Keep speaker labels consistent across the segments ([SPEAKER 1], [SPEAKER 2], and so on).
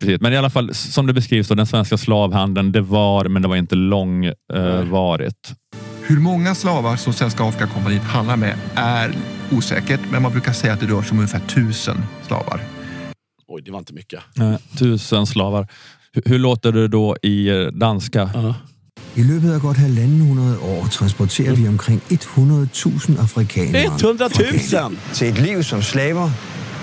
[SPEAKER 1] Precis. Men i alla fall, som det beskrivs, då, den svenska slavhandeln, det var, men det var inte långvarigt.
[SPEAKER 2] Hur många slavar som Svenska Afrikakompaniet handlar med är osäkert, men man brukar säga att det rör sig om ungefär tusen slavar.
[SPEAKER 3] Oj, det var inte mycket.
[SPEAKER 1] tusen slavar. Hur, hur låter det då i eh, danska?
[SPEAKER 4] I løbet af godt halvanden hundrede år transporterer vi omkring 100.000 afrikanere.
[SPEAKER 3] 100 000!
[SPEAKER 5] Til et liv som slaver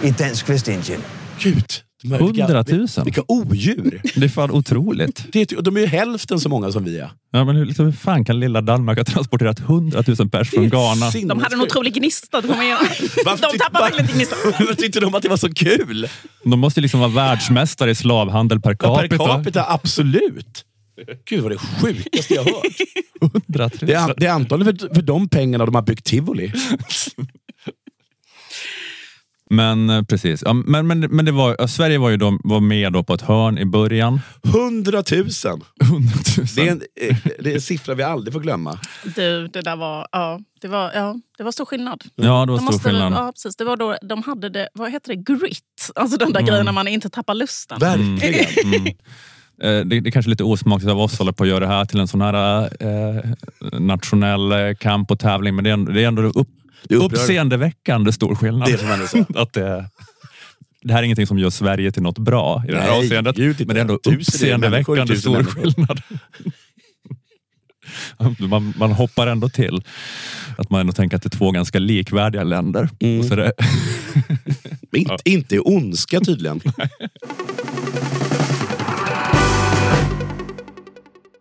[SPEAKER 5] i Dansk Vestindien.
[SPEAKER 3] Gud! de här- vilka-
[SPEAKER 1] 100 000.
[SPEAKER 3] Vilka odjur!
[SPEAKER 1] Det är fan otroligt.
[SPEAKER 3] Det är, de är ju hälften så många som vi är.
[SPEAKER 1] Ja, men hur, liksom, hur fan kan lilla Danmark ha transporterat 100 000 pers
[SPEAKER 3] Det är
[SPEAKER 1] från Ghana?
[SPEAKER 3] sinnessjukt.
[SPEAKER 6] De hade en otrolig gnista. det får man ju-
[SPEAKER 3] Varför
[SPEAKER 6] De
[SPEAKER 1] typ
[SPEAKER 3] tyckte-
[SPEAKER 6] tappade verkligen inte gnistan.
[SPEAKER 3] Varför tyckte de att det var så kul?
[SPEAKER 1] De måste ju liksom vara världsmästare i slavhandel per
[SPEAKER 3] Ja,
[SPEAKER 1] capita.
[SPEAKER 3] per capita, absolut. Gud, vad det sjukaste jag hört.
[SPEAKER 1] 100 000.
[SPEAKER 3] Det är, det är antagligen för, för de pengarna de har byggt tivoli.
[SPEAKER 1] Men eh, precis. Ja, men, men, men det var, ja, Sverige var ju då, var med då på ett hörn i början.
[SPEAKER 3] 100 000!
[SPEAKER 1] 100 000.
[SPEAKER 3] Det är, en, eh, det är en siffra vi aldrig får glömma.
[SPEAKER 6] Du, det där var... Ja, det var, ja, det var stor skillnad.
[SPEAKER 1] ja, det var
[SPEAKER 6] De
[SPEAKER 1] stor
[SPEAKER 6] måste,
[SPEAKER 1] skillnad.
[SPEAKER 6] ja, precis. Det var då de hade det, vad heter det, grit. Alltså den där
[SPEAKER 1] Mm.
[SPEAKER 6] grejen när man inte tappar lusten.
[SPEAKER 3] Verkligen.
[SPEAKER 1] Eh, det, det är kanske lite osmakligt av oss att hålla på att göra det här till en sån här eh, nationell eh, kamp och tävling, men det är, ändå- det är ändå upp,
[SPEAKER 3] Det upprör.
[SPEAKER 1] uppseendeväckande stor skillnad.
[SPEAKER 3] Det är det som händer så.
[SPEAKER 1] att det, det här är ingenting som gör Sverige till något bra i det här
[SPEAKER 3] Nej,
[SPEAKER 1] avseendet,
[SPEAKER 3] gud, inte.
[SPEAKER 1] men det är ändå
[SPEAKER 3] Tusen människor,
[SPEAKER 1] uppseendeväckande
[SPEAKER 3] tusen
[SPEAKER 1] stor
[SPEAKER 3] människor.
[SPEAKER 1] skillnad. Man, man hoppar ändå till att man ändå tänker att det är två ganska likvärdiga länder.
[SPEAKER 3] Mm.
[SPEAKER 1] Och så är det,
[SPEAKER 3] Men Inte, inte i ondska tydligen.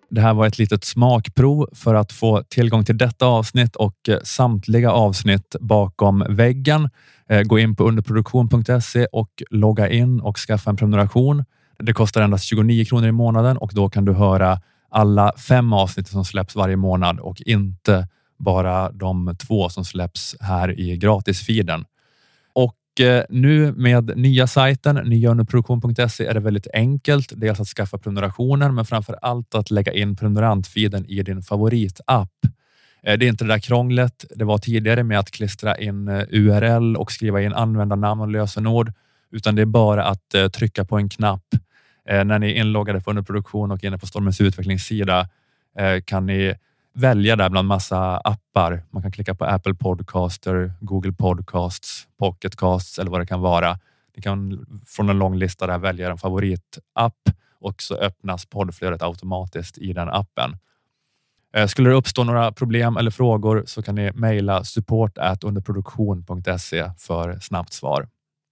[SPEAKER 1] Det här var ett litet smakprov för att få tillgång till detta avsnitt och eh, samtliga avsnitt bakom väggen. Eh, Gå in på underproduktion.se och logga in och skaffa en prenumeration. Det kostar endast 29 kronor i månaden och då kan du höra alla fem avsnitt som släpps varje månad och inte bara de två som släpps här i gratisfiden. Och eh, nu med nya sajten, nyaunderproduktion.se, är det väldigt enkelt. Dels att skaffa prenumerationen, men framför allt att lägga in prenumerantfiden i din favoritapp. Eh, Det är inte det där krånglet det var tidigare med att klistra in eh, URL och skriva in användarnamn och lösenord, utan det är bara att eh, trycka på en knapp. Eh, När ni är inloggade på underproduktion och inne på Stormens utvecklingssida eh, kan ni välja där bland massa appar. Man kan klicka på Apple Podcaster, Google Podcasts, Pocket Casts eller vad det kan vara. Ni kan från en lång lista där välja en favoritapp och så öppnas poddflödet automatiskt i den appen. Eh, Skulle det uppstå några problem eller frågor så kan ni mejla support underproduktion.se för snabbt svar.